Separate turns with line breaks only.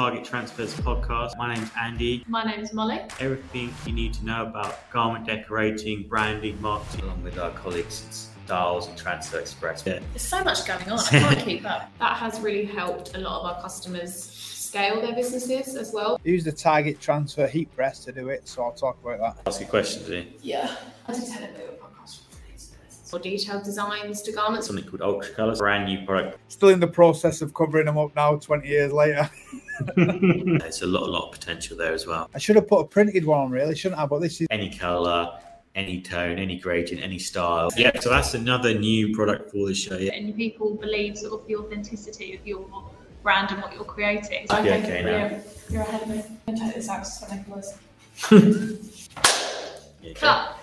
Target Transfers podcast. My name's Andy.
My name's Molly.
Everything you need to know about garment decorating, branding, marketing, along with our colleagues at Styles and Transfer Express. Yeah.
There's so much going on. I can't keep up.
That has really helped a lot of our customers scale their businesses as well.
Use the target transfer heat press to do it, so I'll talk about that.
Ask your questions, eh? do you?
Yeah.
I did tell them they were podcast references. More detailed designs to garments.
Something called Ultra Colors, brand new product.
Still in the process of covering them up now, 20 years later.
There's a lot, a lot of potential there as well.
I should have put a printed one on, really, shouldn't I? But this is
Any color, any tone, any gradient, any style. Yeah, so that's another new product for this show. Yeah.
And people believe sort of the authenticity of your brand and what you're creating.
Yeah, okay, now.
you're, you're ahead of me. I'm going to take this out so I can listen.
Here you go.
Cut.